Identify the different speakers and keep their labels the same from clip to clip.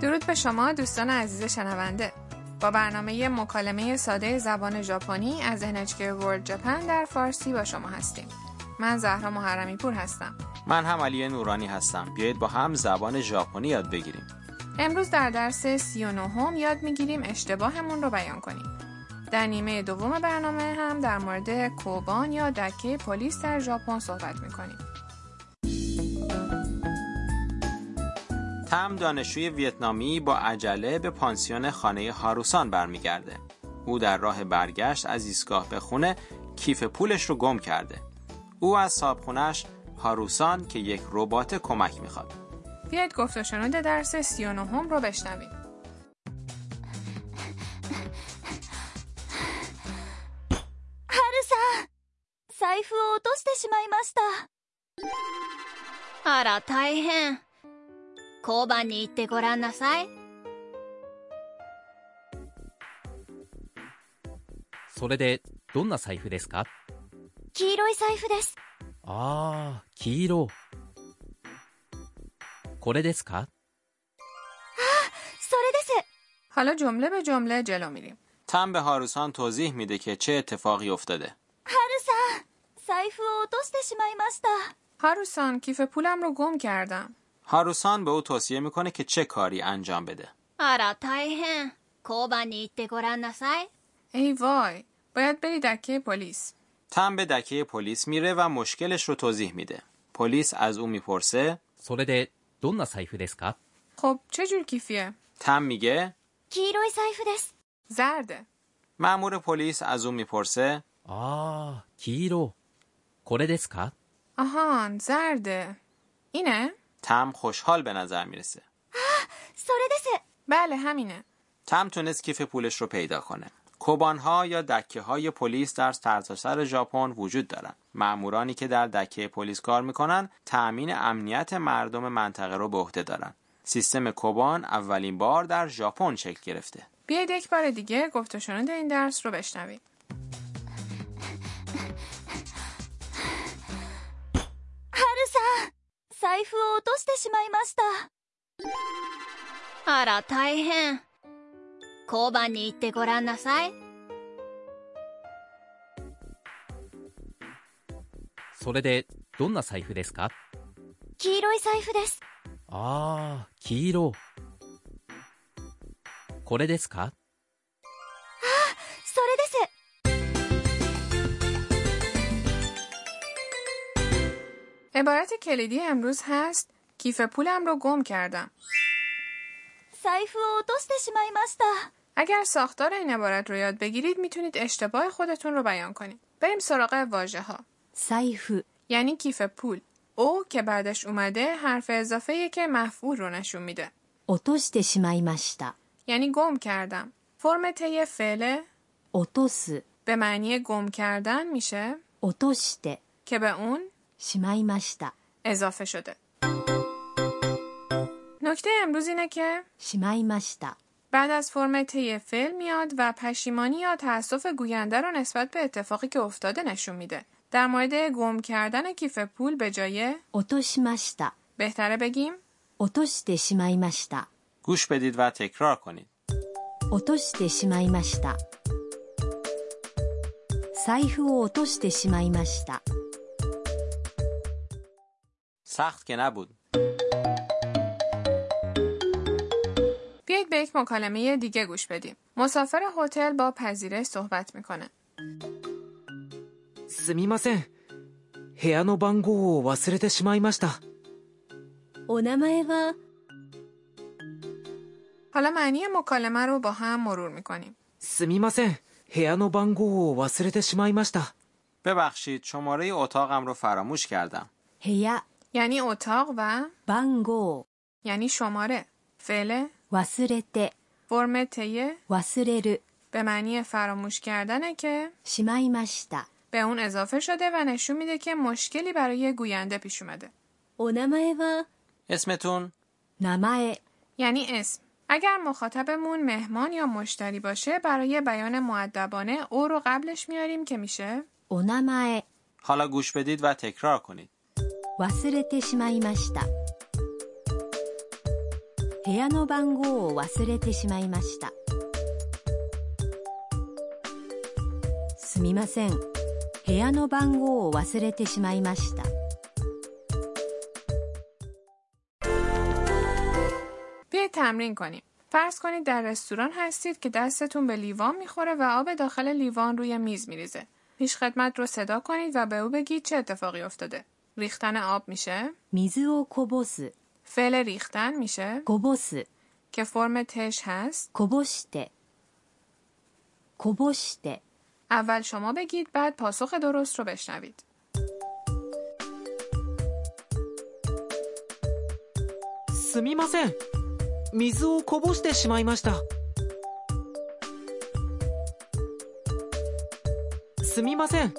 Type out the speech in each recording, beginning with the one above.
Speaker 1: درود به شما دوستان عزیز شنونده با برنامه مکالمه ساده زبان ژاپنی از NHK World Japan در فارسی با شما هستیم من زهرا محرمی پور هستم
Speaker 2: من هم علی نورانی هستم بیایید با هم زبان ژاپنی یاد بگیریم
Speaker 1: امروز در درس 39 هم یاد میگیریم اشتباهمون رو بیان کنیم در نیمه دوم برنامه هم در مورد کوبان یا دکه پلیس در ژاپن صحبت میکنیم
Speaker 2: تم دانشجوی ویتنامی با عجله به پانسیون خانه هاروسان برمیگرده. او در راه برگشت از ایستگاه به خونه کیف پولش رو گم کرده. او از صابخونهش هاروسان که یک ربات کمک میخواد.
Speaker 1: بیاید گفت و شنود درس 39 هم رو بشنویم.
Speaker 3: هاروسان، سایفو او اتوشته شمایماشتا.
Speaker 4: あら大変交番に行ってごらんなさい
Speaker 5: それで、どんな財布ですか
Speaker 3: 黄色い財布です。
Speaker 5: ああ、黄色。これですか
Speaker 3: それです。
Speaker 1: حالا جمله به جمله جلو میریم
Speaker 2: تم به هاروسان توضیح میده که چه اتفاقی افتاده.
Speaker 3: ハルさん、財布を落としてしまいました。
Speaker 1: هاروسان کیف پولم رو گم کردم
Speaker 2: هاروسان به او توصیه میکنه که چه کاری انجام بده.
Speaker 4: あら大変交番に行ってごらんなさい
Speaker 1: ای وای باید بری دکه پلیس
Speaker 2: تم به دکه پلیس میره و مشکلش رو توضیح میده. پلیس از او میپرسه
Speaker 5: それで、どんな財布ですか
Speaker 1: خب چه جور کیفیه
Speaker 2: تم میگه
Speaker 3: 黄色い財布です。
Speaker 1: زرده
Speaker 2: مأمور پلیس از او میپرسه
Speaker 5: ああ、黄色。これですか
Speaker 1: آهان زرده اینه
Speaker 2: تم خوشحال به نظر میرسه.
Speaker 3: それです。
Speaker 1: بله همینه
Speaker 2: تم تونست کیف پولش رو پیدا کنه. کوبانها یا دکه های پلیس در سرتاسر ژاپن وجود دارند. مامورانی که در دکه پلیس کار میکنن تأمین امنیت مردم منطقه رو به عهده دارن. سیستم کوبان اولین بار در ژاپن شکل گرفته.
Speaker 1: بیاید یک بار دیگه گفت و شنود این درس رو بشنوید
Speaker 3: ハルさん、財布を落としてしまいました。
Speaker 4: あら大変交番に行ってごらんなさい
Speaker 5: それで、どんな財布ですか
Speaker 3: 黄色い財布です。
Speaker 5: ああ、黄色。これですか
Speaker 3: それです。
Speaker 1: عبارت کلیدی امروز هست کیف پولم رو گم کردم
Speaker 3: 財布を落としてしまいました。
Speaker 1: اگر ساختار این عبارت رو یاد بگیرید میتونید اشتباه خودتون رو بیان کنید بریم سراغ واژه ها
Speaker 3: 財布、
Speaker 1: یعنی کیف پول او که بعدش اومده حرف اضافه که مفعول رو نشون میده
Speaker 3: 落としてしまいました。
Speaker 1: یعنی گم کردم فرم طی فعله
Speaker 3: 落とす、
Speaker 1: به معنی گم کردن میشه
Speaker 3: 落として、
Speaker 1: که به اون
Speaker 3: しまいました。
Speaker 1: اضافه شده نکته امروز اینه که
Speaker 3: しまいました。
Speaker 1: بعد از فرم طی فعل میاد و پشیمانی یا تأسف گوینده رو نسبت به اتفاقی که افتاده نشون میده در مورد گم کردن کیف پول به جای
Speaker 3: 落としました。
Speaker 1: بهتره بگیم
Speaker 3: 落としてしまいました。
Speaker 2: گوش بدید و تکرار کنید.
Speaker 3: 落としてしまいました財布を落としてしまいました
Speaker 2: سخت که نبود.
Speaker 1: بیایید به یک مکالمه دیگه گوش بدیم مسافر هتل با پذیرش صحبت میکنه
Speaker 6: すみません部屋の番号を忘れてしまいました
Speaker 3: お名前は
Speaker 1: حالا معنی مکالمه رو با هم مرور میکنیم
Speaker 6: すみません部屋の番号を忘れてしまいました
Speaker 2: ببخشید شماره اتاقم رو فراموش کردم.
Speaker 3: 部屋
Speaker 1: یعنی اتاق و
Speaker 3: 番号
Speaker 1: یعنی شماره فعل
Speaker 3: 忘れて
Speaker 1: فرم طی
Speaker 3: 忘れる
Speaker 1: به معنی فراموش کردنه که
Speaker 3: しまいました
Speaker 1: به اون اضافه شده و نشون میده که مشکلی برای گوینده پیش اومده
Speaker 3: お名前は
Speaker 2: اسمتون
Speaker 3: 名前
Speaker 1: یعنی اسم اگر مخاطبمون مهمان یا مشتری باشه برای بیان معدبانه او رو قبلش میاریم که میشه
Speaker 3: お名前
Speaker 2: حالا گوش بدید و تکرار کنید.
Speaker 3: 忘れてしまいました
Speaker 7: 部屋の番号を忘れてしまいましたすみません部屋の番号を忘れてしまいました
Speaker 1: بیایید تمرین کنیم فرض کنید در رستوران هستید که دستتون به لیوان میخوره و آب داخل لیوان روی میز میریزه پیش خدمت رو صدا کنید و به او بگید چه اتفاقی افتاده ریختن آب میشه
Speaker 7: 水をこぼす
Speaker 1: فعل ریختن میشه
Speaker 7: こぼす
Speaker 1: که فرم تش هست
Speaker 7: こぼしてこぼして、
Speaker 1: اول شما بگید بعد پاسخ درست رو بشنوید
Speaker 6: すみません水をこぼしてしまいましたすみません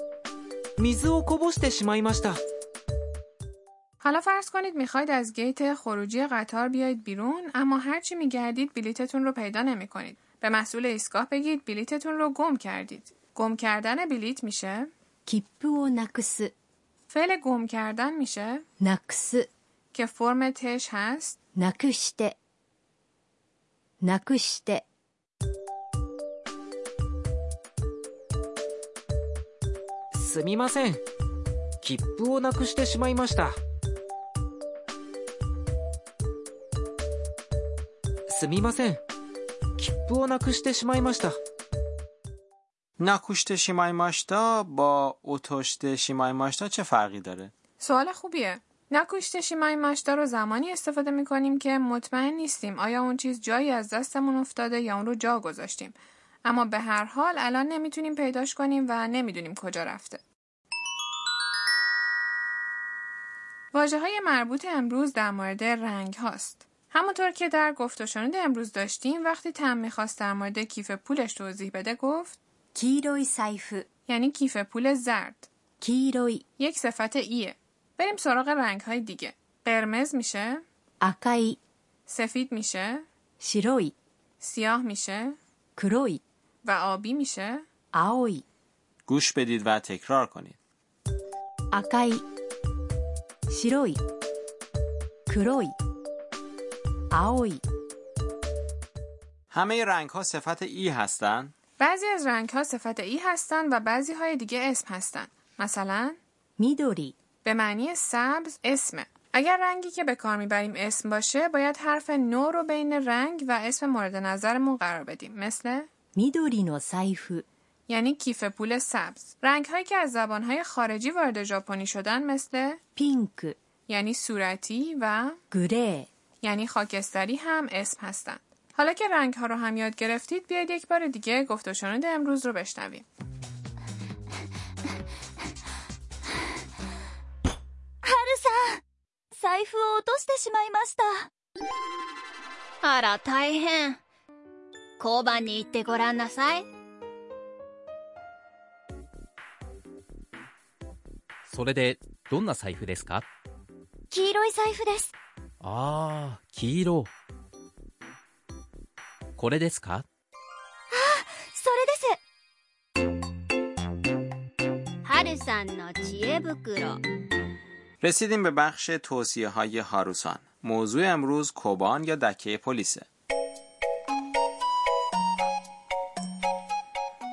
Speaker 6: 水をこぼしてしまいました
Speaker 1: حالا فرض کنید میخواید از گیت خروجی قطار بیاید بیرون اما هرچی میگردید بلیتتون رو پیدا نمیکنید به مسئول ایستگاه بگید بلیتتون رو گم کردید گم کردن بلیت میشه
Speaker 7: 切符をなくす、
Speaker 1: فعل گم کردن میشه
Speaker 7: なくす、
Speaker 1: که فرم تش هست
Speaker 7: なくして、なくして、
Speaker 6: すみません切符をなくしてしまいましたすみません切符をなくしてしまいました
Speaker 2: ناکوشت شیمای ماشتا با اوتوشت شیمای ماشتا چه فرقی داره؟
Speaker 1: سوال خوبیه نکوشته شیمای مشتا رو زمانی استفاده میکنیم که مطمئن نیستیم آیا اون چیز جایی از دستمون افتاده یا اون رو جا گذاشتیم اما به هر حال الان نمیتونیم پیداش کنیم و نمیدونیم کجا رفته واجه های مربوط امروز در مورد رنگ هاست همونطور که در گفت و شنود امروز داشتیم وقتی تم میخواست در مورد کیف پولش توضیح بده گفت
Speaker 7: 黄色い財布、
Speaker 1: یعنی کیف پول زرد
Speaker 7: 黄色い、
Speaker 1: یک صفت ایه بریم سراغ رنگ های دیگه قرمز میشه
Speaker 7: 赤い、
Speaker 1: سفید میشه
Speaker 7: 白い、
Speaker 1: سیاه میشه
Speaker 7: 黒い、
Speaker 1: و آبی میشه
Speaker 7: 青い、
Speaker 2: گوش بدید و تکرار کنید.
Speaker 7: 赤い、白い、黒い、青い、
Speaker 2: همه رنگ ها صفت ای هستن؟
Speaker 1: بعضی از رنگ ها صفت ای هستن و بعضی های دیگه اسم هستن مثلا
Speaker 7: 緑、
Speaker 1: به معنی سبز اسمه اگر رنگی که به کار میبریم اسم باشه باید حرف نو رو بین رنگ و اسم مورد نظرمون قرار بدیم مثل
Speaker 7: 緑の財布、
Speaker 1: یعنی کیف پول سبز رنگ هایی که از زبان های خارجی وارد ژاپنی شدن مثل
Speaker 7: ピンク、
Speaker 1: یعنی صورتی و
Speaker 7: グレー、
Speaker 1: یعنی خاکستری هم اسم هستند. حالا که رنگ ها رو هم یاد گرفتید بیاید یک بار دیگه گفت و شنود امروز رو بشنویم.
Speaker 3: ハルさん財布を落としてしまいました
Speaker 4: あら大変交番に行ってごらんなさい
Speaker 5: それで、どんな財布ですか
Speaker 3: 黄色い財布です
Speaker 5: あー、黄色。これですか
Speaker 3: それです
Speaker 4: はるさんの知恵袋
Speaker 2: رسیدیم به بخش توصیه های هاروسان. موضوع امروز کوبان یا دکه پلیسه.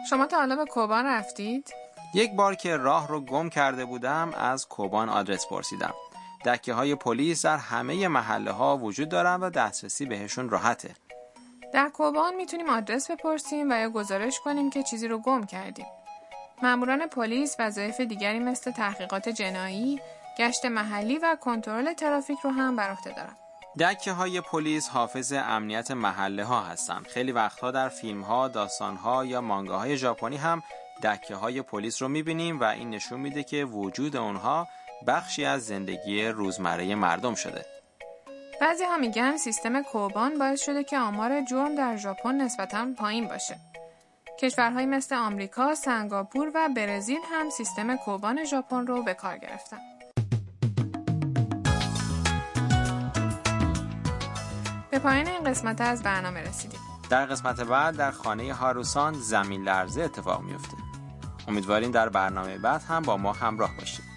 Speaker 1: شما تا حالا به کوبان رفتید؟
Speaker 2: یک بار که راه رو گم کرده بودم از کوبان آدرس پرسیدم. دکه های پلیس در همه محله ها وجود دارن و دسترسی بهشون راحته.
Speaker 1: در کوبان میتونیم آدرس بپرسیم و یا گزارش کنیم که چیزی رو گم کردیم. ماموران پلیس وظایف دیگری مثل تحقیقات جنایی، گشت محلی و کنترل ترافیک رو هم بر عهده دارن.
Speaker 2: دکه های پلیس حافظ امنیت محله ها هستند. خیلی وقتها در فیلم ها، داستان ها یا مانگه های ژاپنی هم دکه های پلیس رو میبینیم و این نشون میده که وجود اونها بخشی از زندگی روزمره مردم شده.
Speaker 1: بعضی ها میگن سیستم کوبان باعث شده که آمار جرم در ژاپن نسبتاً پایین باشه. کشورهایی مثل آمریکا، سنگاپور و برزیل هم سیستم کوبان ژاپن رو به کار گرفتن. به پایان این قسمت از برنامه رسیدیم.
Speaker 2: در قسمت بعد در خانه هاروسان زمین لرزه اتفاق میفته. امیدواریم در برنامه بعد هم با ما همراه باشید.